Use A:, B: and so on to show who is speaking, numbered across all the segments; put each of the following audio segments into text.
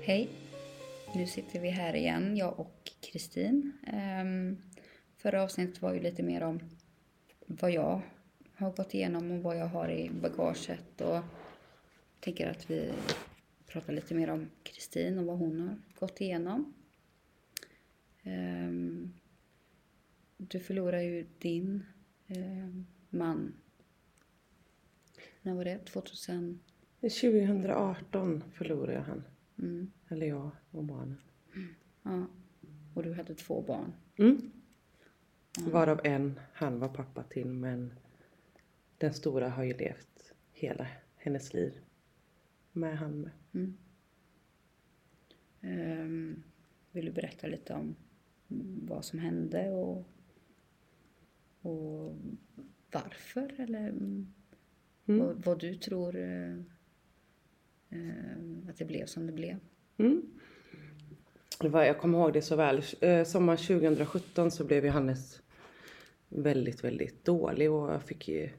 A: Hej! Nu sitter vi här igen, jag och Kristin. Ehm, Förra avsnittet var ju lite mer om vad jag har gått igenom och vad jag har i bagaget och tänker att vi pratar lite mer om Kristin och vad hon har gått igenom. Ehm, Du förlorade ju din ehm, man. När var det? 2000?
B: 2018 förlorade jag han.
A: Mm.
B: Eller jag och barnen.
A: Ja. Och du hade två barn.
B: Mm. Varav en han var pappa till men den stora har ju levt hela hennes liv med han med.
A: Mm. Ehm, vill du berätta lite om vad som hände och, och varför? Eller mm,
B: Mm.
A: vad, vad du tror eh, eh, att det blev som det blev?
B: Mm. Det var, jag kommer ihåg det så väl. Eh, Sommaren 2017 så blev Johannes väldigt, väldigt dålig och jag fick ju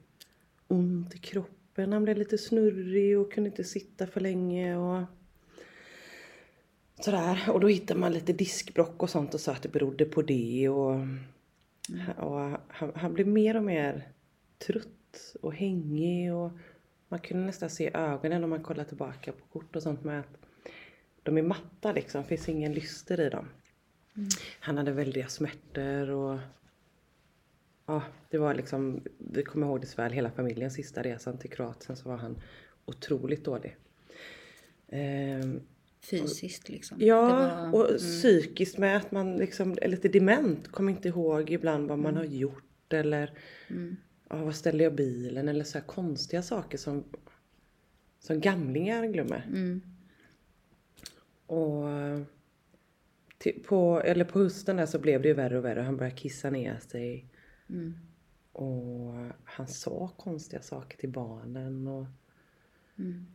B: ont i kroppen. Han blev lite snurrig och kunde inte sitta för länge och sådär. Och då hittade man lite diskbrock och sånt och sa att det berodde på det och, och han, han blev mer och mer trött och hängig och man kunde nästan se i ögonen om man kollar tillbaka på kort och sånt med att de är matta liksom, finns ingen lyster i dem.
A: Mm.
B: Han hade väldiga smärtor och ja, det var liksom, vi kommer ihåg det så väl, hela familjen sista resan till Kroatien så var han otroligt dålig. Ehm,
A: Fysiskt liksom.
B: Ja,
A: Det var-
B: och psykiskt med att man liksom är lite dement, kommer inte ihåg ibland vad man
A: Mm.
B: har gjort eller ja, var ställde jag bilen eller så här konstiga saker som, som gamlingar glömmer.
A: Mm.
B: Och till, på, eller på hösten där så blev det ju värre och värre. Han började kissa ner sig.
A: Mm.
B: Och han sa konstiga saker till barnen. Och
A: Mm.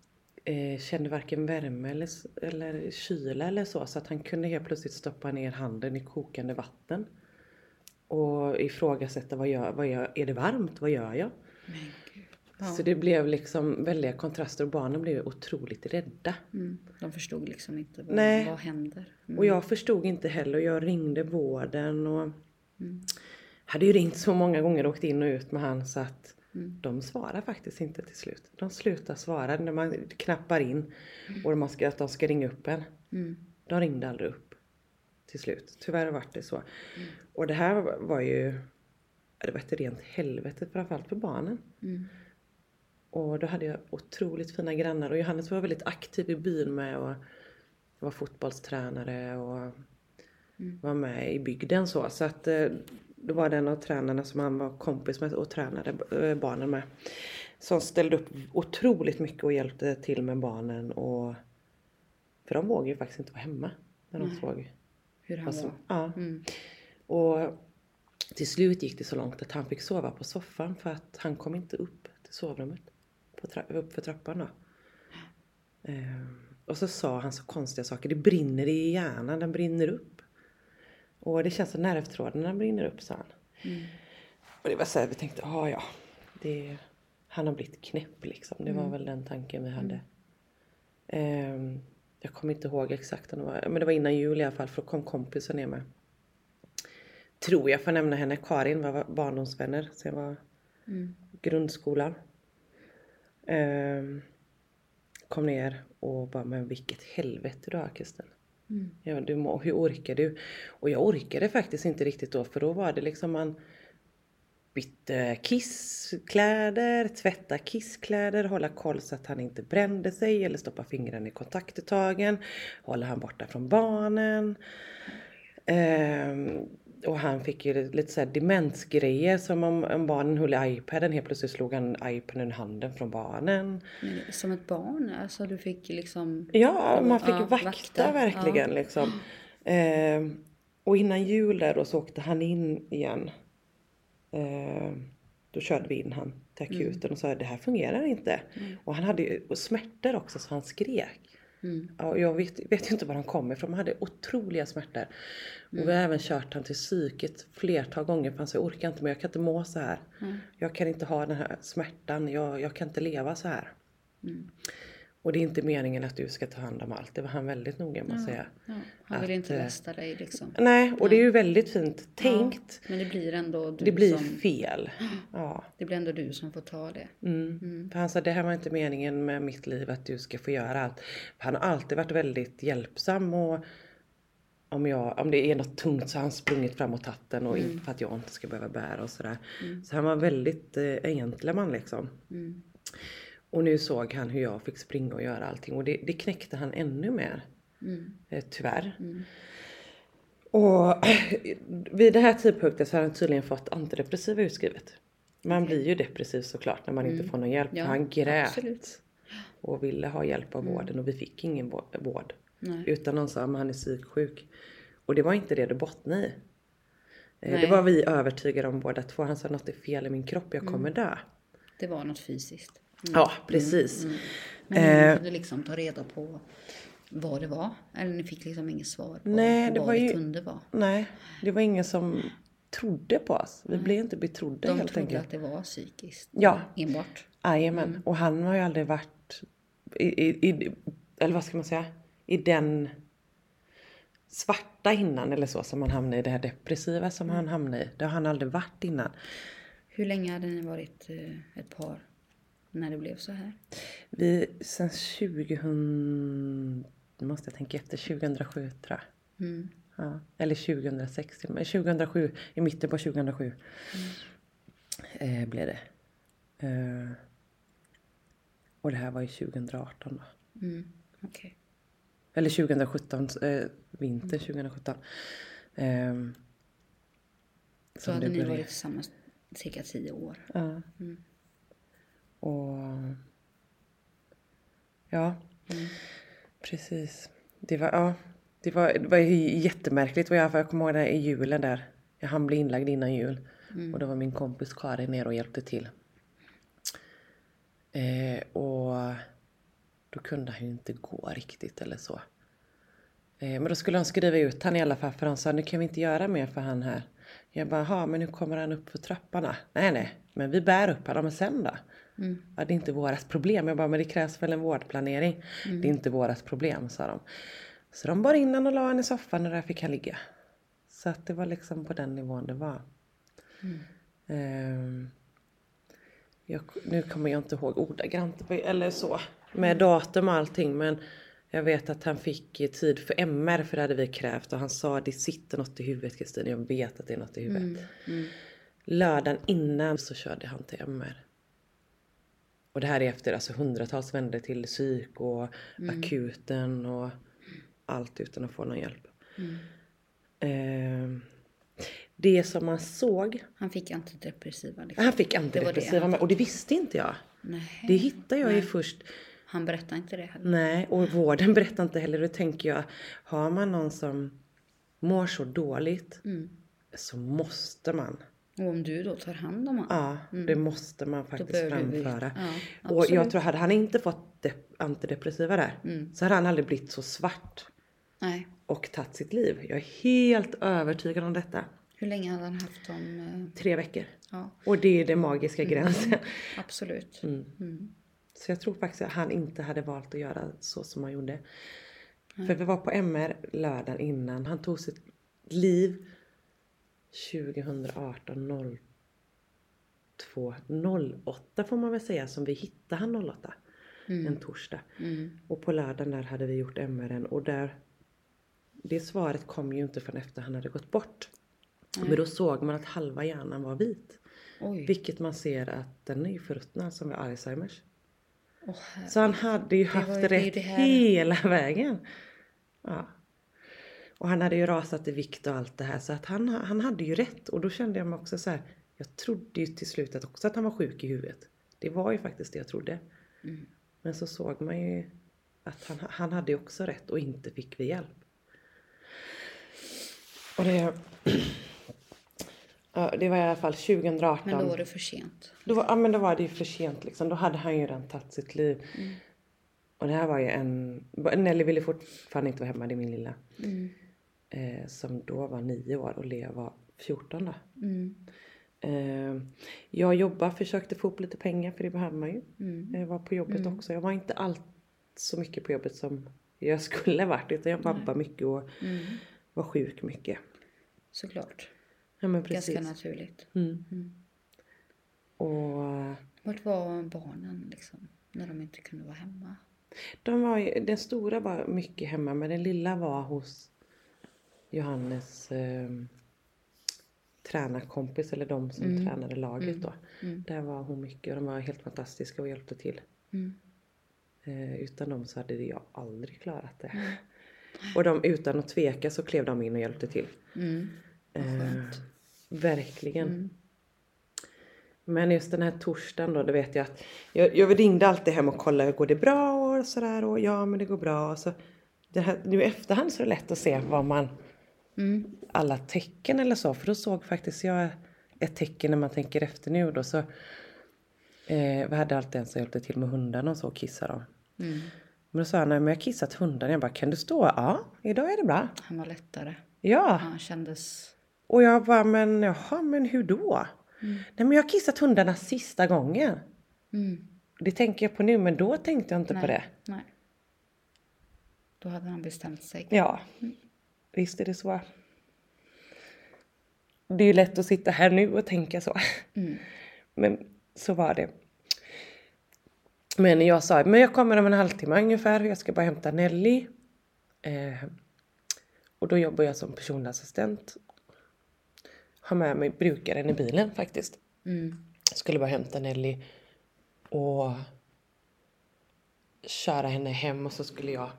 B: eh, kände varken värme eller, s- eller kyla eller så. Så att han kunde helt plötsligt stoppa ner handen i kokande vatten. Och ifrågasätta, vad gör, vad gör, är det varmt? Vad gör jag?
A: Men gud. Ja.
B: Så det blev liksom väldiga kontraster och barnen blev ju otroligt rädda.
A: Mm. De förstod liksom inte vad,
B: Nej.
A: vad händer. Mm.
B: Och jag förstod inte heller. Jag ringde vården och hade ju ringt så många gånger och åkt in och ut med han så att
A: Mm,
B: de svarar faktiskt inte till slut. De slutar svara när man knappar in och man ska, att de ska ringa upp en.
A: mm,
B: De ringde aldrig upp till slut. Tyvärr vart det så. Och det här var ju, det var ett rent helvete framförallt för barnen.
A: Mm.
B: Och då hade jag otroligt fina grannar och Johannes var väldigt aktiv i byn med och var fotbollstränare och var med i bygden så. Så att eh, då var det en av tränarna som han var kompis med och tränade eh, barnen med. Som ställde upp otroligt mycket och hjälpte till med barnen och för de vågade ju faktiskt inte vara hemma när de såg.
A: Hur han
B: Alltså,
A: var.
B: ja.
A: Mm.
B: Och till slut gick det så långt att han fick sova på soffan för att han kom inte upp till sovrummet. På tra- upp för trappan då. Ehm, och så sa han så konstiga saker. Det brinner i hjärnan, den brinner upp. Och det känns som nervtrådarna brinner upp, sa han.
A: mm,
B: Och det var så här, vi tänkte, ja ja. Det, han har blivit knäpp liksom. Det var väl den tanken vi hade. Ehm, jag kommer inte ihåg exakt, om det var, men det var innan jul i alla fall, för då kom kompisen ner med tror jag får nämna henne, Karin var barndomsvänner så jag var
A: mm,
B: grundskolan. Ehm, kom ner och bara, men vilket helvete du har Kristen.
A: mm.
B: Ja, du, må- hur orkar du? Och jag orkade faktiskt inte riktigt då för då var det liksom man bytte kisskläder, tvätta kisskläder, hålla koll så att han inte brände sig eller stoppa fingrarna i kontaktuttagen, hålla han borta från barnen. Ehm, och han fick ju lite så här demensgrejer som om, om barnen höll i iPaden helt plötsligt slog han iPaden i handen från barnen.
A: Men som ett barn, alltså du fick liksom...
B: Ja, man fick
A: Ja,
B: vakta,
A: vakta,
B: verkligen liksom. Ehm, och innan jul där då så åkte han in igen. Ehm, då körde vi in han till
A: Mm.
B: akuten och sa det här fungerar inte. Och han hade ju och smärtor också så han skrek.
A: mm.
B: Ja, och jag vet, vet ju inte var han kommer ifrån, men han hade otroliga smärtor. Och
A: Mm.
B: vi har även kört han till psyket flertal gånger för han sa jag orkar inte men jag kan inte må så här.
A: Mm. Mm.
B: Jag kan inte ha den här smärtan, jag, jag kan inte leva så här. Och det är inte meningen att du ska ta hand om allt. Det var han väldigt noga med att säga.
A: Ja, han vill
B: Att,
A: inte
B: eh,
A: lasta dig liksom.
B: Nej, och det är ju väldigt fint tänkt.
A: Ja, men det blir ändå du
B: Det blir
A: som,
B: fel. Ja.
A: det blir ändå du som får ta det.
B: Mm. För han sa, det här var inte meningen med mitt liv att du ska få göra allt. För han har alltid varit väldigt hjälpsam och om, jag, om det är något tungt så har han sprungit fram och tagit den och
A: Mm.
B: inte för att jag inte ska behöva bära och sådär. Så han var väldigt eh, en gentleman liksom.
A: Mm.
B: Och nu såg han hur jag fick springa och göra allting och det, det knäckte han ännu mer.
A: Mm.
B: Eh, tyvärr.
A: Mm.
B: Och vid den här tidpunkten så har han tydligen fått antidepressiva utskrivet. Man blir ju depressiv såklart när man inte får någon hjälp.
A: Mm. Ja,
B: han grät
A: absolut.
B: och ville ha hjälp av vården och vi fick ingen vå- vård.
A: Mm. Nej.
B: Utan någon sa att han är psyksjuk. Och det var inte det det bottnade i. Eh, Det
A: Nej.
B: var vi övertygade om båda två. Han sa något är fel i min kropp, jag
A: Mm.
B: kommer dö.
A: Det var något fysiskt.
B: Ja,
A: Mm.
B: precis.
A: Men
B: Eh.
A: ni kunde liksom ta reda på vad det var. Eller ni fick liksom inget svar på
B: Nej, det
A: vad
B: var
A: det
B: ju-
A: kunde vara.
B: Nej, det var ingen som trodde på oss. Vi blev inte betrodda
A: De
B: helt
A: trodde
B: enkelt.
A: att det var psykiskt
B: Ja,
A: enbart.
B: Jajamän, och han har ju aldrig varit i, i, i, eller vad ska man säga, i den svarta innan eller så som han hamnade i, det här depressiva som han hamnade i. Det har han aldrig varit innan.
A: Hur länge hade ni varit eh, ett par när det blev så här?
B: Vi, sen 2000, nu måste jag tänka efter, 2007 tror jag.
A: Mm,
B: Ja, eller 2006 till och med. 2007, i mitten på 2007 eh, blev det. Eh, och det här var ju 2018 då.
A: Mm. Okej.
B: Eller 2017, eh, vinter 2017. Ehm,
A: Så
B: som
A: hade
B: det
A: ni
B: började.
A: varit Mm. tillsammans cirka tio år.
B: Ja. Och... Ja.
A: Mm.
B: Precis. Det var, ja, det var, det var ju jättemärkligt. Och jag, jag kommer ihåg det här i julen där. Jag hann bli inlagd innan jul.
A: Mm,
B: Och då var min kompis Karin ner och hjälpte till. Eh, och då kunde han ju inte gå riktigt eller så. Eh, men då skulle de skriva ut han i alla fall för han sa nu kan vi inte göra mer för han här. Jag bara, "Jaha, men nu kommer han upp för trapporna. Nej, nej, men vi bär upp honom men sen då?
A: mm,
B: Ja, det är inte vårat problem. Jag bara, men det krävs väl en vårdplanering. Det är inte vårat problem, sa de. Så de bar in honom och la honom i soffan och där fick han ligga. Så att det var liksom på den nivån det var. Ehm, jag, nu kommer jag inte ihåg ordagrant eller så med datum och allting men jag vet att han fick i tid för MR för det hade vi krävt och han sa det sitter något i huvudet Kristin, jag vet att det är något i huvudet.
A: mm,
B: Lördagen innan så körde han till MR. Och det här är efter alltså hundratals vändor till psyk och
A: Mm.
B: akuten och allt utan att få någon hjälp.
A: Mm.
B: Ehm, det som man såg
A: Han fick antidepressiva. Liksom.
B: han fick antidepressiva
A: Det var det.
B: med och det visste inte jag.
A: Nej.
B: Det Mm. hittade jag ju först.
A: Han berättade inte det heller.
B: Nej, och vården berättar inte heller. Då tänker jag, har man någon som mår så dåligt
A: Mm.
B: så måste man.
A: Och om du då tar hand om honom.
B: Ja, det måste man faktiskt
A: bör Mm. du veta.
B: framföra.
A: Ja,
B: och jag tror, hade han inte fått de- antidepressiva där
A: Mm.
B: så hade han aldrig blivit så svart
A: Nej.
B: och tagit sitt liv. Jag är helt övertygad om detta.
A: Hur länge hade han haft dem? eh,
B: Tre veckor.
A: Ja,
B: Och det är den
A: Mm.
B: magiska gränsen.
A: absolut.
B: Mm. Så jag tror faktiskt att han inte hade valt att göra så som han gjorde. För vi var på MR lördagen innan. Han tog sitt liv 2018 02 08 får man väl säga som vi hittade han 08. En torsdag.
A: Mm.
B: Och på lördagen där hade vi gjort MRn och där det svaret kom ju inte förrän efter han hade gått bort. Men då såg man att halva hjärnan var vit.
A: Oj.
B: Vilket man ser att den är ju förruttnad som vid Alzheimers.
A: Åh, herre.
B: Så han hade ju
A: var
B: haft
A: ju- det är ju
B: rätt
A: det här.
B: hela vägen. Ja. Och han hade ju rasat i vikt och allt det här så att han, han hade ju rätt. Och då kände jag mig också så här. Jag trodde ju till slut att också att han var sjuk i huvudet. Det var ju faktiskt det jag trodde.
A: Mm.
B: Men så såg man ju att han, han hade ju också rätt och inte fick vi hjälp. Och det, ja, det var i alla fall 2018.
A: Men då var det för sent.
B: Då var, ja, men då var det ju för sent liksom. Då hade han ju redan tagit sitt liv.
A: Mm.
B: Och det här var ju en... Nelly ville fortfarande inte vara hemma, det är min lilla. Eh, som då var nio år och Lea var 14 då.
A: Mm.
B: Eh,
A: Mm.
B: jag jobbade, försökte få upp lite pengar för det behöver man ju. Jag var på jobbet också. Jag var inte alltid så mycket på jobbet som jag skulle varit. Utan jag vabbade mycket och
A: Mm.
B: var sjuk mycket.
A: Såklart.
B: Ja men precis.
A: Ganska naturligt.
B: Mm.
A: Mm.
B: Och eh,
A: Vart var barnen liksom? När de inte kunde vara hemma?
B: de var, ju- den stora var mycket hemma men den lilla var hos Johannes eh, tränarkompis eller de som
A: Mm.
B: tränade laget
A: Mm.
B: då.
A: Mm.
B: Där var hon mycket och de var helt fantastiska och hjälpte till.
A: Mm.
B: Eh, utan dem så hade jag aldrig klarat det.
A: Mm.
B: Och de utan att tveka så klev de in och hjälpte till.
A: Mm. Vad skönt.
B: Eh, verkligen.
A: Mm.
B: Men just den här torsdagen då, det vet jag att jag, jag ringde alltid hem och kollade, går det bra och sådär och ja men det går bra. Och så, det här, nu i efterhand så är det lätt att se vad man, Eh.
A: Mm.
B: alla tecken eller så, för då såg faktiskt jag ett tecken när man tänker efter nu då så eh, vi hade alltid en som hjälpte till med hundarna och så och kissade dem.
A: Mm.
B: Men då sa han, nej men jag har kissat hundarna. Jag bara, kan du stå? Ja, idag är det bra.
A: Han var lättare.
B: Ja.
A: Han kändes...
B: Och jag bara, men jaha, men hur då? Nej men jag har kissat hundarna sista gången.
A: Mm.
B: Det tänker jag på nu, men då tänkte jag inte på det.
A: Nej. Då hade han bestämt sig.
B: Ja, visst är det så. Det är ju lätt att sitta här nu och tänka så.
A: Mm,
B: Men så var det. Men jag sa, men jag kommer om en halvtimme ungefär, jag ska bara hämta Nelly. Eh, och då jobbar jag som personassistent. Har med mig brukaren i bilen faktiskt.
A: Mm.
B: skulle bara hämta Nelly och köra henne hem och så skulle jag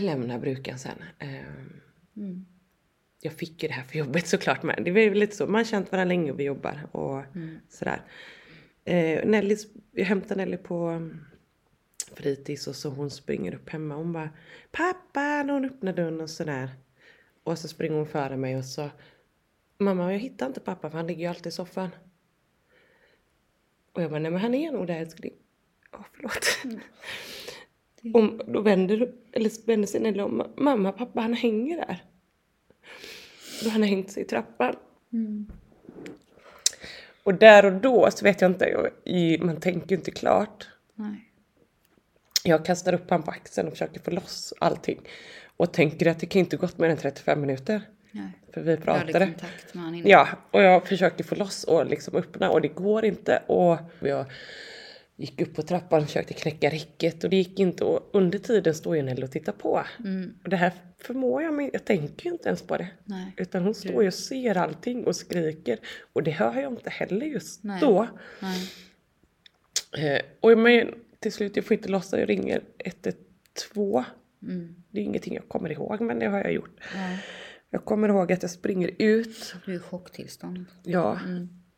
B: lämna brukaren sen. Ehm,
A: Mm.
B: Jag fick ju det här för jobbet såklart men det var ju lite så, man har känt varandra länge och vi jobbar och
A: mm,
B: sådär. Eh, Nelly, jag hämtar Nelly på mm, fritids och så hon springer upp hemma hon bara Pappa! När hon öppnar dörren och sådär. Och så springer hon före mig och så Mamma jag hittar inte pappa för han ligger ju alltid i soffan. Och jag bara nej men han är nog där älskling. Åh förlåt. Och då vänder, eller vänder sig Nelly om. Mamma pappa han hänger där. Då han har hängt sig i trappan.
A: Mm.
B: Och där och då så vet jag inte, jag, i, man tänker ju inte klart.
A: Nej.
B: Jag kastar upp han på axeln och försöker få loss allting. Och tänker att det kan inte gått mer än 35 minuter.
A: Nej.
B: För vi
A: Jag hade
B: pratade.
A: kontakt med honom innan.
B: Ja, och jag försöker få loss och liksom öppna och det går inte. Och jag gick upp på trappan och försökte knäcka räcket och det gick inte. Och under tiden står ju Nelly och tittar på. Och det här förmår jag mig, jag tänker ju inte ens på det.
A: Mm, Nej.
B: Utan hon står ju och ser allting och skriker. Och det hör jag inte heller just
A: Nej.
B: då.
A: Nej.
B: Eh, och men, till slut, jag får inte loss den. Jag ringer 112.
A: Mm.
B: Det är ingenting jag kommer ihåg, men det har jag gjort.
A: Ja.
B: Jag kommer ihåg att jag springer ut.
A: Du är i chocktillstånd.
B: Ja,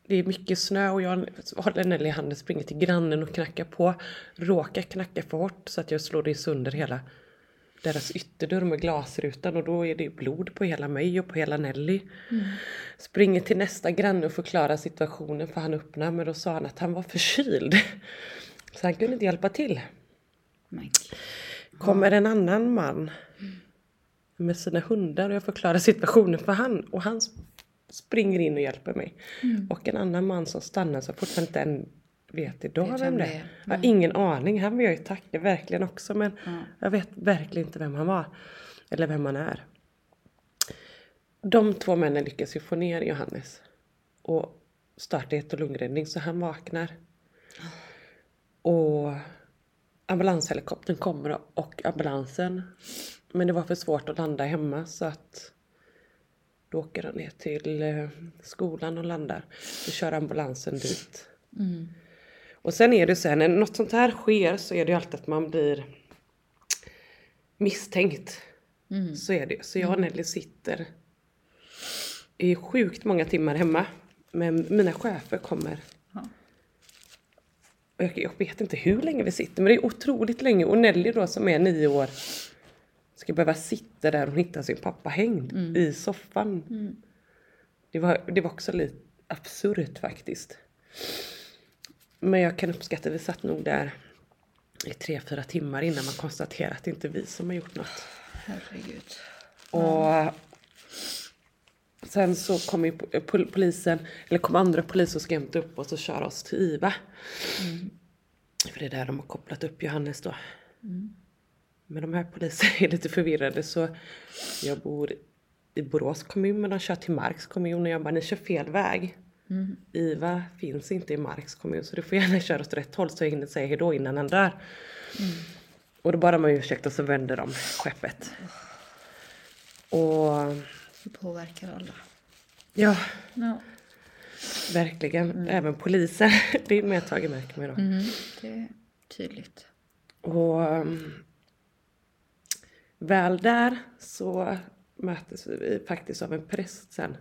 B: det är mycket snö och jag håller Nelly i handen, springer till grannen och knackar på. Råkar knacka för hårt så att jag slår det sönder hela deras ytterdörr med glasrutan och då är det blod på hela mig och på hela Nelly. Springer till nästa granne och förklarar situationen för han öppnar men då sa han att han var förkyld. Så han kunde inte hjälpa till.
A: Mike.
B: kommer en annan man med sina hundar och jag förklarar situationen för han och han sp- springer in och hjälper mig. Och en annan man som stannar som fortfarande inte än vet idag
A: Vet
B: vem det är. Mm. Jag har ingen aning, han vill jag ju tacka verkligen också men jag vet verkligen inte vem han var. Eller vem han är. De två männen lyckas ju få ner Johannes och starta hjärt och lungräddning så han vaknar. Ah. Och ambulanshelikoptern kommer och ambulansen. Men det var för svårt att landa hemma så att då åker han ner till eh, skolan och landar. Då kör ambulansen dit.
A: Mm,
B: Och sen är det så här, när något sånt här sker så är det ju alltid att man blir misstänkt. Så är det. Så jag och Nelly sitter i sjukt många timmar hemma. Men mina chefer kommer
A: Ja.
B: och jag, jag vet inte hur länge vi sitter, men det är otroligt länge. Och Nelly då som är nio år ska behöva sitta där och hitta sin pappa hängd i soffan. Det, var, det var också lite absurt faktiskt. Men jag kan uppskatta, vi satt nog där i tre, fyra timmar innan man konstaterade att det inte är vi som har gjort något.
A: Herregud.
B: Och sen så kom ju po- pol- polisen, eller kom andra poliser och ska hämta upp oss och köra oss till IVA. För det är där de har kopplat upp Johannes då.
A: Mm.
B: Men de här poliserna är lite förvirrade så jag bor i Borås kommun men de kör till Marks kommun och jag bara, ni kör fel väg.
A: Mm.
B: IVA finns inte i Marks kommun så du får gärna köra åt rätt håll så jag hinner säga hejdå innan han dör.
A: Mm.
B: Och då bad de om ursäkt och så vände de skeppet. Och
A: Det påverkar alla.
B: ja,
A: Ja.
B: verkligen. Även poliser. Det är medtaget märker man ju då.
A: Mm. Det är tydligt.
B: Och um, väl där så möttes vi faktiskt av en präst sen.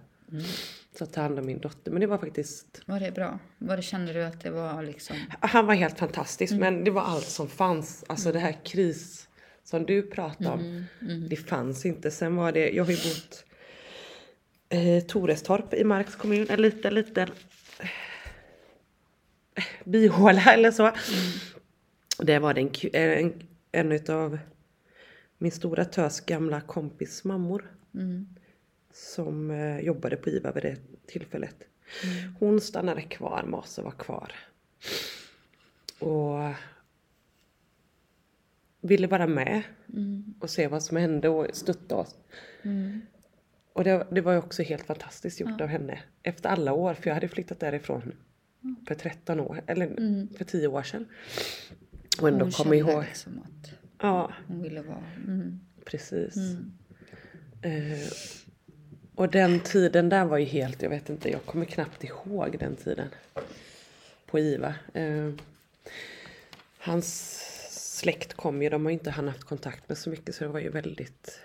B: Så att ta hand om min dotter. Men det var faktiskt,
A: Var det bra? Var det, kände du att det var liksom...
B: han var helt fantastisk men det var allt som fanns. Alltså det här kris som du pratade om. Det fanns inte. Sen var det, jag har ju bott eh, Torestorp i Marks kommun. En liten, liten eh, bihåla eller så. Där var det en, ku- eh, en, en utav min stora tös gamla kompis mammor
A: Mm.
B: som eh, jobbade på IVA vid det tillfället.
A: Mm.
B: Hon stannade kvar med oss och var kvar. Och ville vara med
A: Mm.
B: och se vad som hände och stötta oss.
A: Mm.
B: Och det, det var ju också helt fantastiskt gjort av henne. Efter alla år, för jag hade flyttat därifrån för 13 år, eller
A: Mm.
B: för 10 år sedan. Och ändå
A: Hon
B: kom
A: kände
B: ihåg.
A: liksom att
B: Ja,
A: hon ville vara... Mm.
B: precis.
A: Mm.
B: Eh, och den tiden där var ju helt, jag vet inte, jag kommer knappt ihåg den tiden. På IVA. Eh, hans släkt kom ju, de har ju inte han haft kontakt med så mycket så det var ju väldigt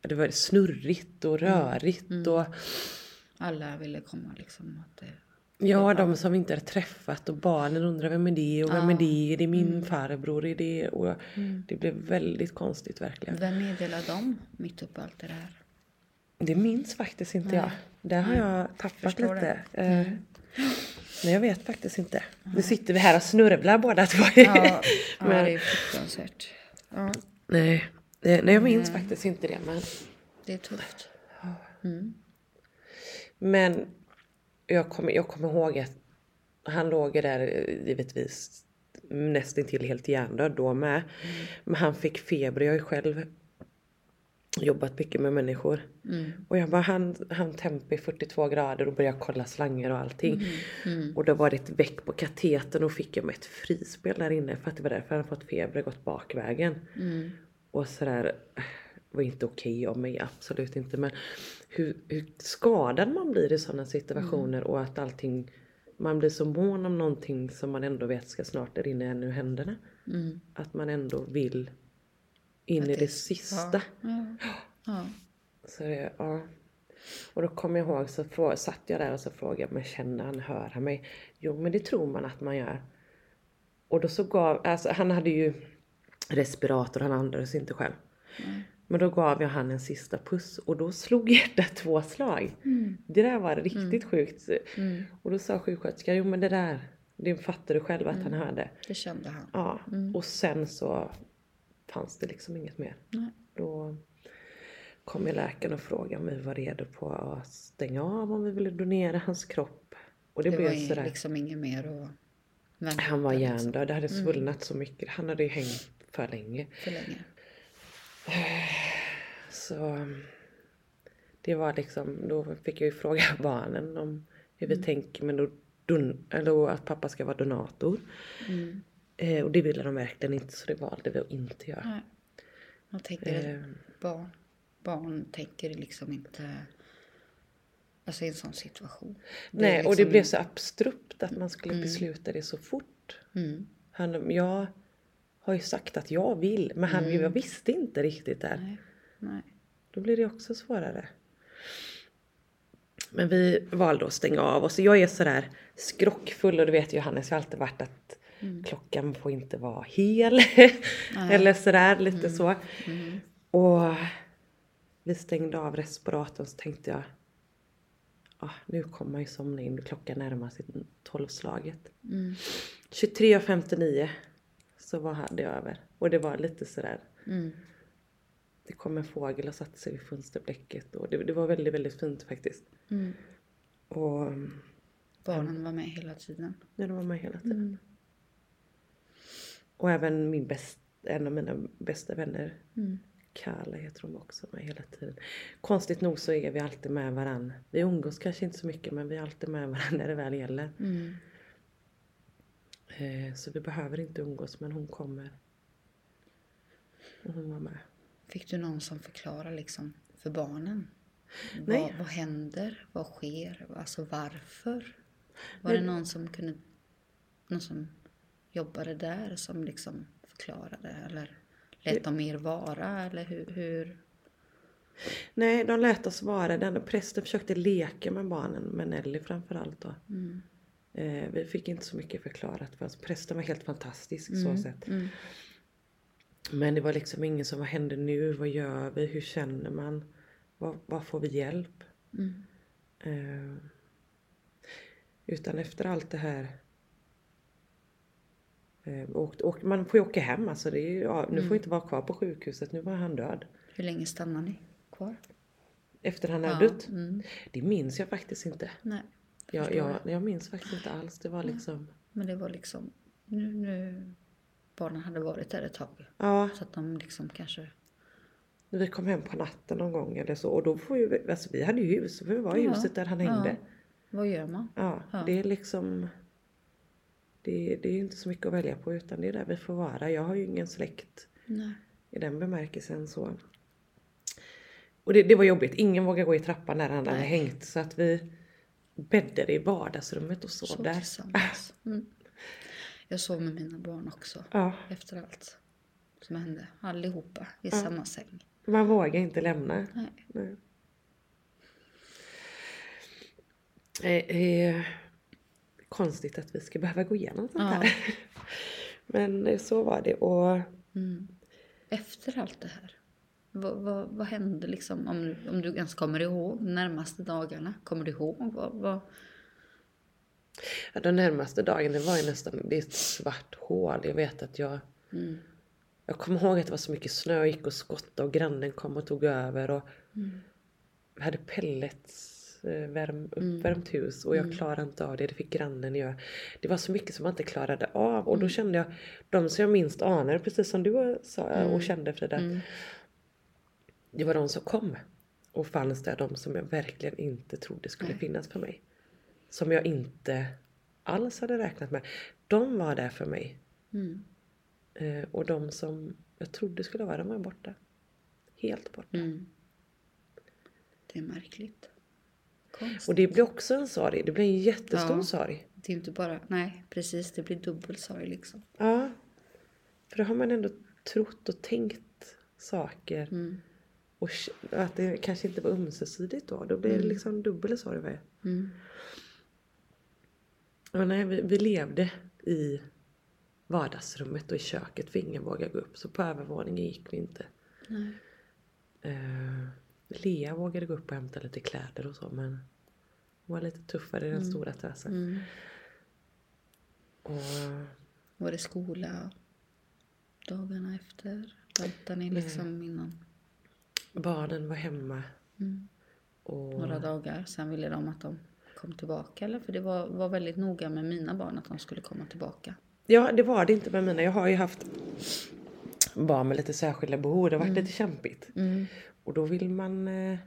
B: det var snurrigt och rörigt och
A: Alla ville komma liksom. Att det...
B: ja, de som vi inte hade träffat och barnen undrar vem är det och vem är
A: Ja.
B: det, är det min farbror, är det och det blev väldigt konstigt verkligen.
A: Vem meddelar dem mitt uppe i allt det där?
B: Det minns faktiskt inte jag. Där har jag tappat
A: Förstår Mm.
B: lite. Eh, Men jag vet faktiskt inte. Nu sitter vi här och snurvlar båda två.
A: Ja, ja
B: Men-
A: det är fruktansvärt. Ja,
B: nej. Eh, nej, jag minns faktiskt inte det. Men,
A: det är tufft.
B: men jag, kommer, jag kommer ihåg att han låg ju där eh, givetvis nästintill helt hjärndöd då med.
A: Mm.
B: Men han fick feber. Jag har ju själv jobbat mycket med människor.
A: Mm.
B: Och jag bara, han, han temp i 42 grader och började kolla slangar och allting.
A: Mm.
B: Och då var det ett väck på katetern och fick jag med ett frispel där inne för att det var därför han fått feber och gått bakvägen.
A: Mm.
B: Och sådär, eh, var inte okej av mig, absolut inte. Men hur, hur skadad man blir i sådana situationer
A: Mm.
B: och att allting, man blir så mån om någonting som man ändå vet ska snart rinna en ur händerna.
A: Mm.
B: Att man ändå vill in
A: Att
B: i
A: det-
B: det sista.
A: Ja. Ja.
B: Så det, ja. Och då kommer jag ihåg så frå- satt jag där och så frågade jag, men känner han, hör han mig? Jo, men det tror man att man gör. Och då så gav, alltså han hade ju respirator, han andades inte själv. Men då gav jag han en sista puss och då slog hjärtat två slag. Det där var riktigt sjukt.
A: Mm.
B: Och då sa sjuksköterskan, jo men det där, det fattar du själv att han hörde.
A: Det kände han.
B: Ja,
A: Mm.
B: och sen så fanns det liksom inget mer.
A: Nej.
B: Då kom ju läkaren och frågade om vi var redo på att stänga av, om vi ville donera hans kropp. Och det,
A: Det, var
B: blev
A: ju
B: sådär.
A: liksom inget mer att vänta
B: Han var
A: liksom
B: hjärndöd, det hade svullnat så mycket. Han hade ju hängt för länge.
A: för länge.
B: Så um, det var liksom, då fick jag ju fråga barnen om hur
A: Mm.
B: vi tänker men då, don, eller att pappa ska vara donator.
A: Mm.
B: Eh, och det ville de verkligen inte så det valde vi att inte göra.
A: Nej. Man tänker
B: Eh.
A: att barn, barn tänker liksom inte alltså i en sån situation. Det är
B: Nej, och det
A: liksom-
B: blev så abstrupt att man skulle besluta det så fort.
A: Mm.
B: Han, jag har ju sagt att jag vill, men han,
A: Mm.
B: jag visste inte riktigt där.
A: Nej. Nej.
B: Då blir det också svårare. Men vi valde att stänga av oss. Jag är sådär skrockfull och det vet Johannes, jag har alltid varit att klockan får inte vara hel. Eller sådär, lite så. Och vi stängde av respiratorn så tänkte jag, ah, nu kommer man ju somna in, klockan närmar sig tolvslaget.
A: Mm.
B: 23.59 så var det över. Och det var lite sådär,
A: Mm.
B: det kom en fågel och satte sig vid fönsterblecket och det, det var väldigt, väldigt fint faktiskt.
A: Mm.
B: Och mm,
A: Barnen var med hela tiden.
B: ja, de var med hela tiden. Och även min bäst, en av mina bästa vänner,
A: Mm.
B: Kalle heter hon också, med hela tiden. Konstigt nog så är vi alltid med varann. Vi umgås kanske inte så mycket men vi är alltid med varann när det väl gäller.
A: Mm.
B: Eh, Så vi behöver inte umgås men hon kommer. Och hon var med.
A: Fick du någon som förklarar liksom för barnen?
B: Nej.
A: Vad, vad händer? Vad sker? Alltså varför? Var det
B: Nej.
A: någon som kunde... Någon som jobbade där som liksom förklarade eller lät dem er vara eller hur? hur?
B: Nej, de lät oss vara den och prästen försökte leka med barnen, med Nelly framförallt då.
A: Mm.
B: Eh, vi fick inte så mycket förklarat för oss. Prästen var helt fantastisk
A: Mm,
B: så sätt.
A: Mm.
B: Men det var liksom ingen som, vad händer nu? Vad gör vi? Hur känner man? Var, var får vi hjälp?
A: Mm.
B: Eh, utan efter allt det här eh, åkt, åkt, man får ju åka hem alltså. Det är ju, ja, nu
A: Mm.
B: får jag inte vara kvar på sjukhuset. Nu var han död.
A: Hur länge stannar ni kvar?
B: Efter han hade
A: Ja,
B: dött.
A: Mm.
B: Det minns jag faktiskt inte.
A: Nej, jag
B: Jag,
A: förstår
B: jag, jag minns faktiskt inte alls. Det var liksom...
A: Men det var liksom... Nu, nu, barnen hade varit där ett tag.
B: Ja,
A: Så att de liksom kanske...
B: vi kom hem på natten någon gång eller så. Och då får ju... vi- Alltså vi hade ju hus. Vi var i
A: Ja,
B: huset där han
A: ja.
B: hängde.
A: Vad gör man?
B: Ja,
A: Ja.
B: det är liksom... Det, det är ju inte så mycket att välja på utan det är där vi får vara. Jag har ju ingen släkt
A: Nej.
B: i den bemärkelsen så. Och det, det var jobbigt. Ingen vågade gå i trappan när han hade
A: Nej.
B: hängt. Så att vi bäddade i vardagsrummet och sov
A: Sov
B: där.
A: tillsammans. Mm. Jag sov med mina barn också.
B: Ja,
A: Efter allt som hände. Allihopa i
B: Ja.
A: samma säng.
B: man vågar inte lämna.
A: Nej.
B: Nej. Eh, eh, konstigt att vi ska behöva gå igenom sånt
A: Ja.
B: här. Men eh, så var det. Och
A: Mm. Efter allt det här. Vad, vad, vad hände liksom? Om, du- om du ens kommer ihåg de närmaste dagarna. Kommer du ihåg? Vad, vad...
B: Ja, den närmaste dagen, det var ju nästan det är ett svart hål. Jag vet att jag...
A: Mm.
B: Jag kommer ihåg att det var så mycket snö, jag gick och skottade och grannen kom och tog över och
A: Mm.
B: vi hade pellets eh, värm,
A: Mm.
B: uppvärmt hus och jag
A: Mm.
B: klarade inte av det. Det fick grannen göra. Det var så mycket som man inte klarade av och
A: Mm.
B: då kände jag, de som jag minst anade, precis som du sa eh,
A: Mm.
B: och kände Frida,
A: Mm.
B: det var de som kom och fanns där, de som jag verkligen inte trodde skulle
A: Nej.
B: finnas för mig. Som jag inte alls hade räknat med. De var där för mig.
A: Mm.
B: Eh, och de som jag trodde skulle vara, de var borta. Helt borta.
A: Mm. Det är märkligt. Konstigt.
B: Och det blir också en sorg. Det blir en jättestor
A: Ja.
B: sorg.
A: Det är inte bara... Nej, precis. Det blir dubbel sorg liksom.
B: Ja. För då har man ändå trott och tänkt saker.
A: Mm.
B: Och k- att det kanske inte var ömsesidigt då. Då blir det
A: Mm.
B: liksom dubbel sorg. va?
A: Mm.
B: Ja, nej, vi, vi levde i vardagsrummet och i köket för ingen vågade gå upp. Så på övervåningen gick vi inte.
A: Nej.
B: Eh, Lea vågade gå upp och hämta lite kläder och så men hon var lite tuffare i den
A: Mm.
B: stora tösen.
A: Mm.
B: Och
A: Var det skola dagarna efter? Väntade ni liksom innan?
B: barnen var hemma
A: Mm.
B: och
A: Några dagar. Sen ville de att de kom tillbaka eller? För det var, var väldigt noga med mina barn att de skulle komma tillbaka.
B: Ja, det var det inte med mina. Jag har ju haft barn med lite särskilda behov. Det har varit lite kämpigt.
A: Mm.
B: Och då vill man, eh,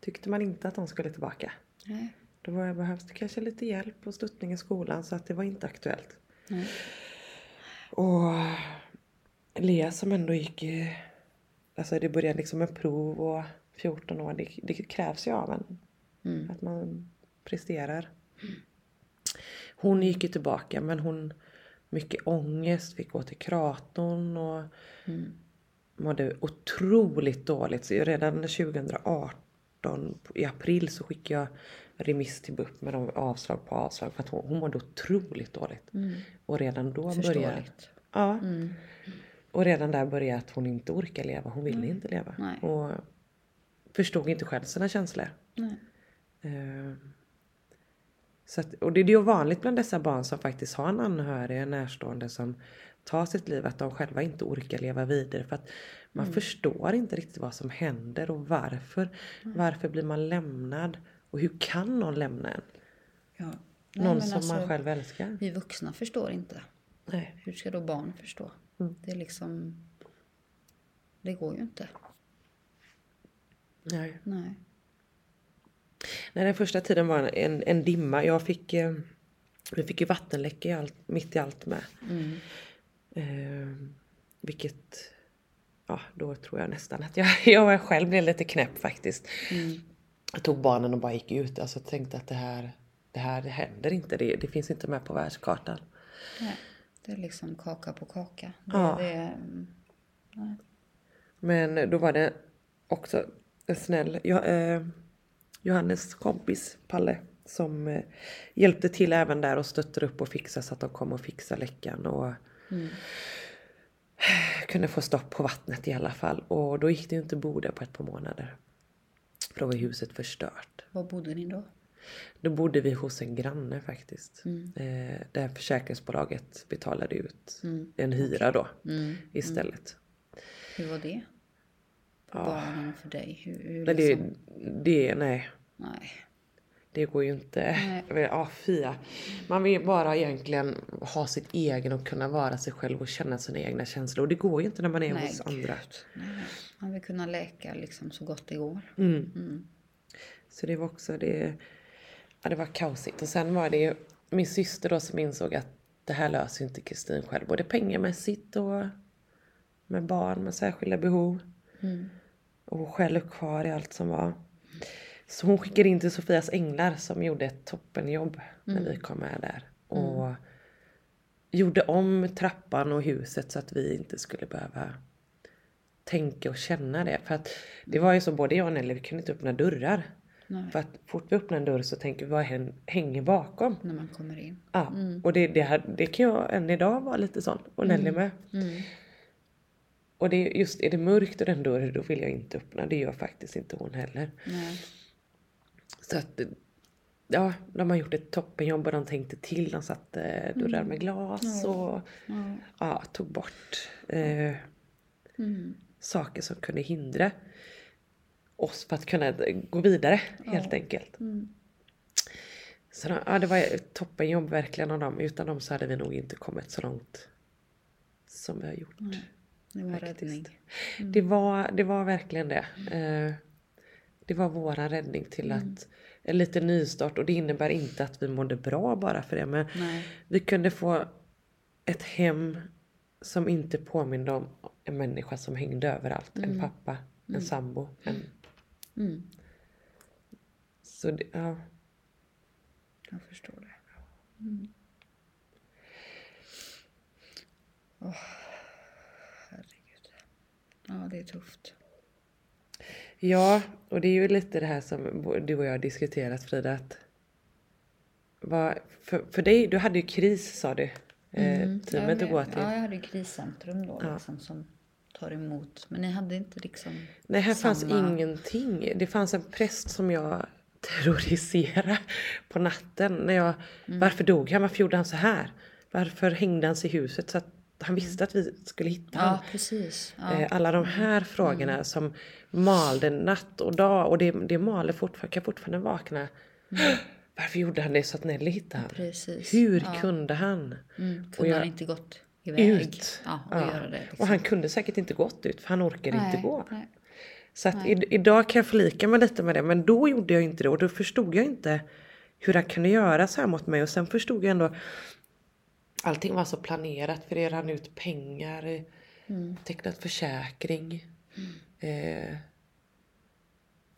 B: tyckte man inte att de skulle tillbaka.
A: Nej.
B: Då var jag, behövs det kanske lite hjälp och stöttning i skolan så att det var inte aktuellt.
A: Nej.
B: Och eh, Lea som ändå gick i- Alltså det började liksom med prov och 14 år, det, det krävs ju av en.
A: Mm.
B: Att man presterar. Hon gick ju tillbaka men hon mycket ångest, fick gå till kratorn och
A: Mm.
B: mådde otroligt dåligt. Så redan 2018 i april så skickade jag remiss till BUP med de avslag på avslag för att hon, hon mådde otroligt dåligt.
A: Mm.
B: Och redan då började...
A: Förståeligt.
B: Ja.
A: Mm.
B: Och redan där började att hon inte orkar leva, hon ville inte leva.
A: Nej.
B: Och förstod inte själv sina känslor.
A: Nej.
B: Eh, Så att, och det är ju vanligt bland dessa barn som faktiskt har en anhörig, en närstående som tar sitt liv, att de själva inte orkar leva vidare för att man
A: Mm.
B: förstår inte riktigt vad som händer och varför. Varför blir man lämnad? Och hur kan någon lämna en?
A: Ja. Nej,
B: Någon
A: men
B: som
A: alltså,
B: man själv älskar?
A: Vi vuxna förstår inte.
B: Nej.
A: Hur ska då barn förstå?
B: Mm.
A: Det är liksom... Det går ju inte.
B: Nej.
A: Nej.
B: Nej, den första tiden var en, en, en dimma. Jag fick, eh, vi fick ju vattenläcka i allt, mitt i allt med.
A: Mm.
B: Eh, vilket, ja då tror jag nästan att jag, jag var själv blev lite knäpp faktiskt.
A: Mm.
B: Jag tog barnen och bara gick ut. Alltså tänkte att det här, det här det händer inte. Det, det finns inte med på världskartan.
A: Nej. Det är liksom kaka på kaka. Det,
B: Ja.
A: det är, mm, nej.
B: Men då var det också en snäll ja, eh, Johannes kompis Palle som eh, hjälpte till även där och stöttade upp och fixade så att de kom och fixade läckan och
A: Mm.
B: kunde få stopp på vattnet i alla fall. Och då gick det ju inte att bo där på ett par månader. För då var huset förstört.
A: Var bodde ni då?
B: Då bodde vi hos en granne faktiskt.
A: Mm.
B: Eh, där försäkringsbolaget betalade ut
A: Mm.
B: en hyra då
A: Mm.
B: istället.
A: Hur var det? För
B: Ja.
A: barnen och för dig? Hur, hur
B: Men det,
A: liksom?
B: det, nej,
A: Nej.
B: Det går ju inte.
A: Nej.
B: Jag vill- Ja, fia. Man vill bara egentligen ha sitt egen och kunna vara sig själv och känna sina egna känslor. Och det går ju inte när man är
A: Nej,
B: hos andra.
A: nej. Man vill kunna läka liksom så gott det går.
B: Mm.
A: Mm.
B: Så det var också det. Ja, det var kaosigt. Och sen var det ju min syster då som insåg att det här löser inte Kristin själv. Både pengamässigt och med barn med särskilda behov.
A: Mm.
B: Och hon själv kvar i allt som var. Så hon skickade in till Sofias änglar som gjorde ett toppenjobb
A: Mm.
B: när vi kom med där. Och gjorde om trappan och huset så att vi inte skulle behöva tänka och känna det. För att det var ju så både jag och Nelly, vi kunde inte öppna dörrar.
A: Nej.
B: För att fort vi öppnar en dörr så tänker vi vad hän- hänger bakom?
A: När man kommer in.
B: Ja. Och det, det, här, det kan jag än idag vara lite sån. Och Nelly med.
A: Mm. Mm.
B: Och det, är just är det mörkt och den dörren då vill jag inte öppna. Det gör faktiskt inte hon heller.
A: Nej.
B: Så att, ja, de har gjort ett toppenjobb och de tänkte till. De satte dörrar med glas och
A: Mm. Ja.
B: ja, tog bort eh,
A: Mm.
B: saker som kunde hindra oss för att kunna gå vidare
A: Ja.
B: helt enkelt.
A: Mm.
B: Så de, ja, det var ett toppenjobb verkligen av dem. Utan dem så hade vi nog inte kommit så långt som vi har gjort.
A: Det var
B: Faktiskt.
A: räddning.
B: Det, var, det var verkligen det. Eh, Det var våran räddning till att en liten nystart och det innebär inte att vi mådde bra bara för det men
A: Nej.
B: vi kunde få ett hem som inte påminde om en människa som hängde överallt. En pappa, en sambo. En...
A: Mm.
B: Så det, ja.
A: Jag förstår det. Mm. Åh, herregud. Ja, det är tufft.
B: ja, och det är ju lite det här som bo- du och jag har diskuterat Frida. Att vad, för, för dig, du hade ju kris sa du. Eh, teamet
A: ja,
B: att gå till.
A: Mm, Ja, jag hade ju kriscentrum då
B: Ja.
A: liksom, som tar emot. Men ni hade inte liksom...
B: Nej, här fanns
A: samma-
B: ingenting. Det fanns en präst som jag terroriserade på natten. När jag,
A: Mm.
B: Varför dog han? Varför gjorde han så här? Varför hängde han sig i huset? Så att han visste att vi skulle hitta honom.
A: Mm. Ja, precis. Ja.
B: Mm.
A: Mm.
B: Eh, Alla de här frågorna som malde natt och dag och det, det maler fortfarande, kan fortfarande vakna. Varför gjorde han det så att Nelly hittade honom?
A: Mm. Precis.
B: Hur
A: Ja.
B: kunde han?
A: Mm,
B: och
A: kunde
B: jag-
A: han inte gått iväg?
B: Ut!
A: Ja, och göra det. Liksom.
B: och han kunde säkert inte gått ut för han orkade inte gå.
A: Nej.
B: Så att i, idag kan jag förlika mig lite med det, men då gjorde jag inte det och då förstod jag inte hur han kunde göra så här mot mig och sen förstod jag ändå Allting var så planerat för det rann ut pengar, mm. tecknat försäkring. Eh,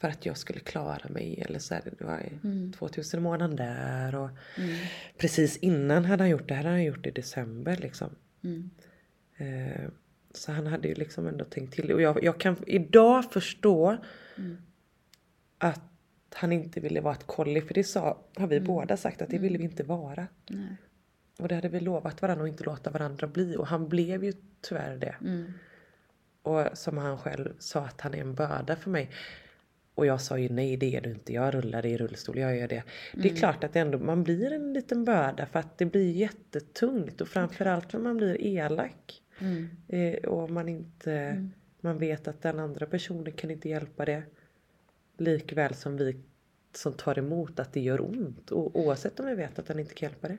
B: för att jag skulle klara mig. Eller så här, det var 2000 i månaden där. Och Precis innan hade han gjort det. här hade han gjort i december. Liksom.
A: Mm.
B: Eh, så han hade ju liksom ändå tänkt till. Och jag, jag kan idag förstå att han inte ville vara ett kolli. För det sa, har vi båda sagt att det ville vi inte vara.
A: Nej.
B: Och det hade vi lovat varandra och inte låta varandra bli. Och han blev ju tyvärr det.
A: Mm.
B: Och som han själv sa att han är en börda för mig. Och jag sa ju nej det är du inte, jag rullar i rullstol, jag gör det. Det är klart att det ändå, man blir en liten börda för att det blir jättetungt och framförallt när man blir elak.
A: Mm.
B: Eh, och man inte, man vet att den andra personen kan inte hjälpa det. Likväl som vi som tar emot att det
A: Mm.
B: gör ont. Och oavsett om vi vet att den inte kan hjälpa det.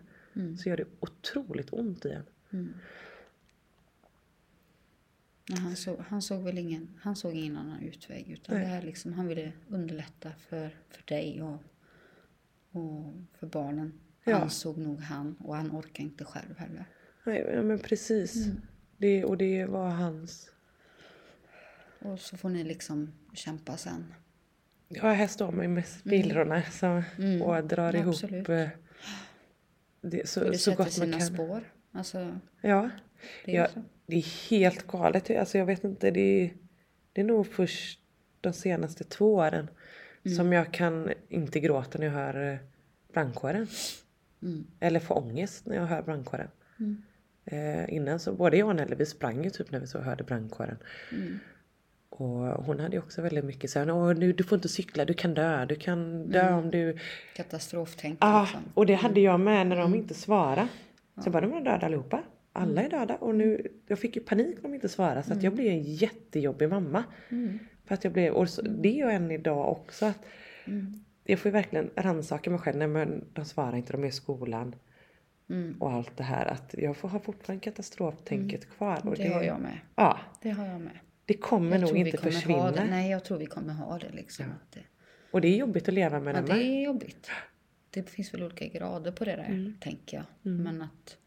B: Så gör det otroligt ont igen.
A: Nej, Mm. han, såg, han såg väl ingen, han såg ingen annan utväg. Utan
B: Nej.
A: det här liksom, han ville underlätta för, för dig och, och för barnen.
B: Ja.
A: Han såg nog han och han orkar inte själv heller.
B: Nej, ja, men precis. Det, och det var hans...
A: Och så får ni liksom kämpa sen.
B: Ja, här står man ju med spillrorna som,
A: Mm.
B: och drar
A: Absolut.
B: ihop eh, det,
A: och
B: så,
A: det
B: så
A: sätter
B: gott man
A: sina
B: kan.
A: spår. Alltså,
B: Ja.
A: det är
B: ja,
A: ju så.
B: det är helt galet. Alltså, jag vet inte, det är, det är nog först de senaste två åren som jag kan inte gråta när jag hör eh, brandkåren.
A: Mm.
B: Eller få ångest när jag hör brandkåren.
A: Mm.
B: Eh, innan så, både jag och Nelly vi sprang ju typ när vi så hörde brandkåren.
A: Mm.
B: Och hon hade ju också väldigt mycket så här, Åh, nu, du får inte cykla, du kan dö, du kan dö om du...
A: Katastroftänk
B: Ja,
A: liksom.
B: Ah, och det hade jag med när
A: Mm.
B: de inte svarade. Så bara, de är döda allihopa. Alla är döda. Och nu, jag fick ju panik när de inte svarade så att
A: Mm.
B: jag blev en jättejobbig mamma. För att jag blev, och så, det är jag än idag också. Att
A: Mm.
B: Jag får ju verkligen rannsaka mig själv. Nej men de svarar inte, de är i skolan.
A: Mm.
B: Och allt det här. Att jag får, har fortfarande katastroftänket kvar. Och
A: Det har jag med.
B: Ja,
A: Det har jag med.
B: det kommer
A: Jag
B: nog
A: tror vi
B: inte
A: kommer Ha det.
B: försvinna.
A: Nej, jag tror vi kommer ha det liksom. Att det,
B: Och det är jobbigt att leva med
A: ja,
B: det
A: det
B: med.
A: är jobbigt. Det finns väl olika grader på det där,
B: Mm.
A: tänker jag. Men att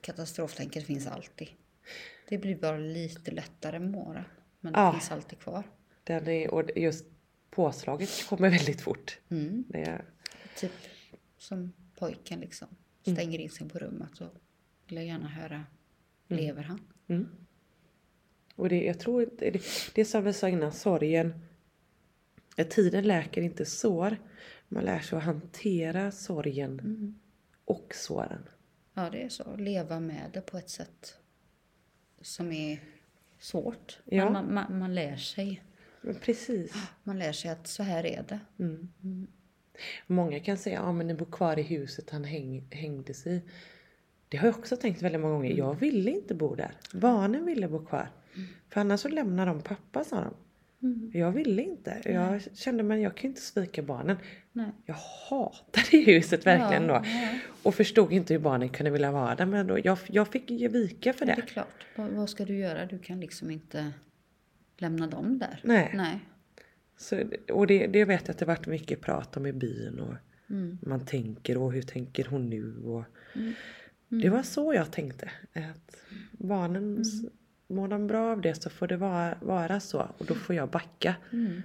A: katastroftänket finns alltid. Det blir bara lite lättare med åren. Men det
B: Ja.
A: finns alltid kvar.
B: Den är, och just påslaget kommer väldigt fort.
A: Mm.
B: Det är,
A: Typ som pojken liksom.
B: Mm.
A: Stänger in sig på rummet och vill jag gärna höra,
B: Mm.
A: lever han?
B: och det, jag tror inte, det, det är som vi sa innan, sorgen. att Tiden läker inte sår. Man lär sig att hantera sorgen och såren.
A: Ja, det är så. Leva med det på ett sätt som är svårt.
B: Ja.
A: Men man, man, man lär sig.
B: Men precis.
A: Man lär sig att så här är det.
B: Många kan säga att ah, men ni bor kvar i huset han häng, hängdes i. Det har jag också tänkt väldigt många gånger. Jag ville inte bo där. Barnen ville bo kvar. För annars så lämnar de pappa sa de.
A: Mm.
B: Jag ville inte. Jag kände men jag kan inte svika barnen.
A: Nej.
B: Jag hatade huset verkligen
A: Ja,
B: då.
A: ja.
B: Och förstod inte hur barnen kunde vilja vara där. Men då, jag, jag fick ge vika för
A: Ja,
B: det.
A: det är klart. Vad, vad ska du göra? Du kan liksom inte lämna dem där.
B: Nej.
A: Nej.
B: Så, och det, det vet jag att det varit mycket prat om i byn. Och
A: Mm.
B: Man tänker och hur tänker hon nu? Och
A: Mm.
B: Det var så jag tänkte. Att barnen, mm. mår de bra av det så får det vara, vara så. Och då får jag backa.
A: Mm.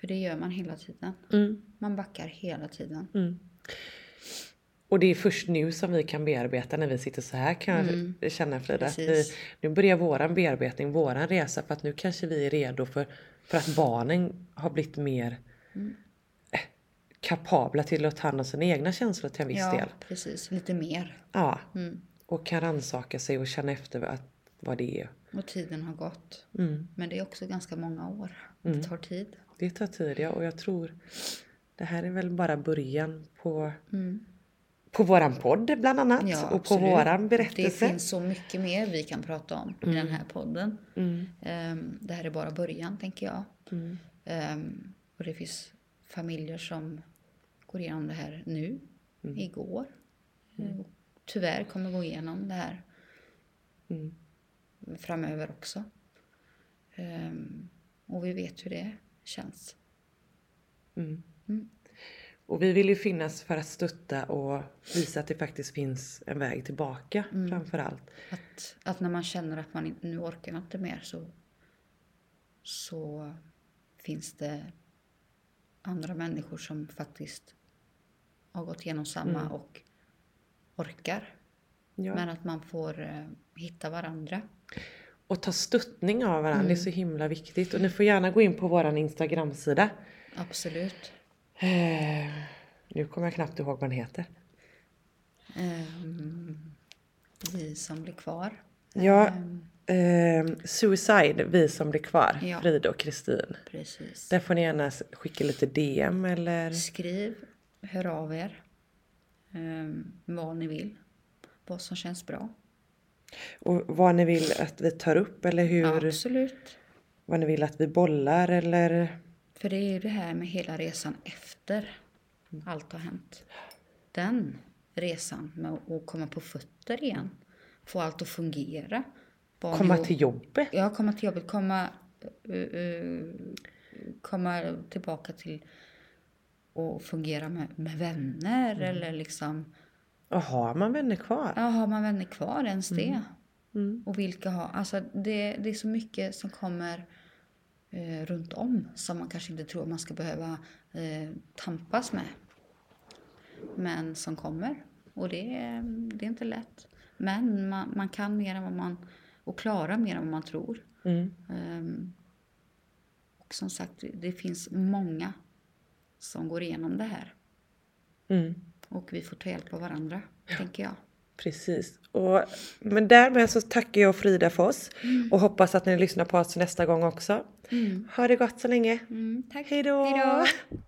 A: För det gör man hela tiden.
B: Mm.
A: Man backar hela tiden.
B: Och det är först nu som vi kan bearbeta när vi sitter så här kan jag känna Frida. Att vi,
A: Mm. Precis.
B: nu börjar våran bearbetning, våran resa för att nu kanske vi är redo för, för att barnen har blivit mer
A: Mm.
B: eh, kapabla till att ta hand om sina egna känslor till en viss
A: ja,
B: del.
A: precis. Lite mer.
B: Ja.
A: Mm.
B: Och kan rannsaka sig och känna efter att, vad det är.
A: Och tiden har gått.
B: Mm.
A: Men det är också ganska många år. Det tar tid.
B: Det tar tid ja, och jag tror det här är väl bara början på, på våran podd bland annat
A: Mm. Ja,
B: och på
A: absolut.
B: våran
A: Det
B: berättelse. Mm.
A: finns så mycket mer vi kan prata om i den här podden. Ehm, Det här är bara början, tänker jag.
B: Mm.
A: Ehm, Och det finns familjer som går igenom det här nu,
B: Mm.
A: igår. Ehm, och Tyvärr kommer gå igenom det här
B: Mm.
A: framöver också. Ehm, Och vi vet hur det känns.
B: Och vi vill ju finnas för att stötta och visa att det faktiskt finns en väg tillbaka
A: Mm.
B: framför allt.
A: Att, att när man känner att man in- nu orkar jag inte mer så, så finns det andra människor som faktiskt har gått igenom samma och orkar.
B: Mm. Ja.
A: Men att man får eh, hitta varandra.
B: Och ta stöttning av varandra,
A: Mm.
B: det är så himla viktigt. Och ni får gärna gå in på våran Instagram-sida.
A: Absolut.
B: Eh, nu kommer jag knappt ihåg vad den heter.
A: Ehm, vi som blir kvar.
B: Ja, ehm, Suicide, vi som blir kvar,
A: Ja.
B: Frida och Kristin.
A: Precis.
B: Där får ni gärna skicka lite DM eller...
A: Skriv, hör av er. Ehm, vad ni vill. Vad som känns bra.
B: Och vad ni vill att vi tar upp eller hur...
A: Absolut.
B: Vad ni vill att vi bollar eller...
A: För det är ju det här med hela resan efter
B: Mm.
A: allt har hänt. Den resan med att komma på fötter igen. få allt att fungera. Barn
B: Komma
A: och-
B: till jobbet.
A: Ja, komma till jobbet, komma, eh, eh, komma tillbaka till och fungera med, med vänner
B: Mm.
A: eller liksom,
B: Och har man vänner kvar?
A: ja, har man vänner kvar ens det?
B: Mm.
A: Och vilka har, alltså det, det är så mycket som kommer eh, runt om som man kanske inte tror att man ska behöva eh, tampas med. Men som kommer. Och det, är- det är inte lätt. Men man, man kan mer än vad man, och klara mer än vad man tror.
B: Mm.
A: Ehm, och som sagt, det finns många som går igenom det här.
B: Mm.
A: Och vi får ta hjälp av varandra, tänker jag.
B: Precis. Och, men därmed så tackar jag Frida för oss och hoppas att ni lyssnar på oss nästa gång också. Ha det gott så länge.
A: Mm, tack.
B: Hej då!
A: Hej då.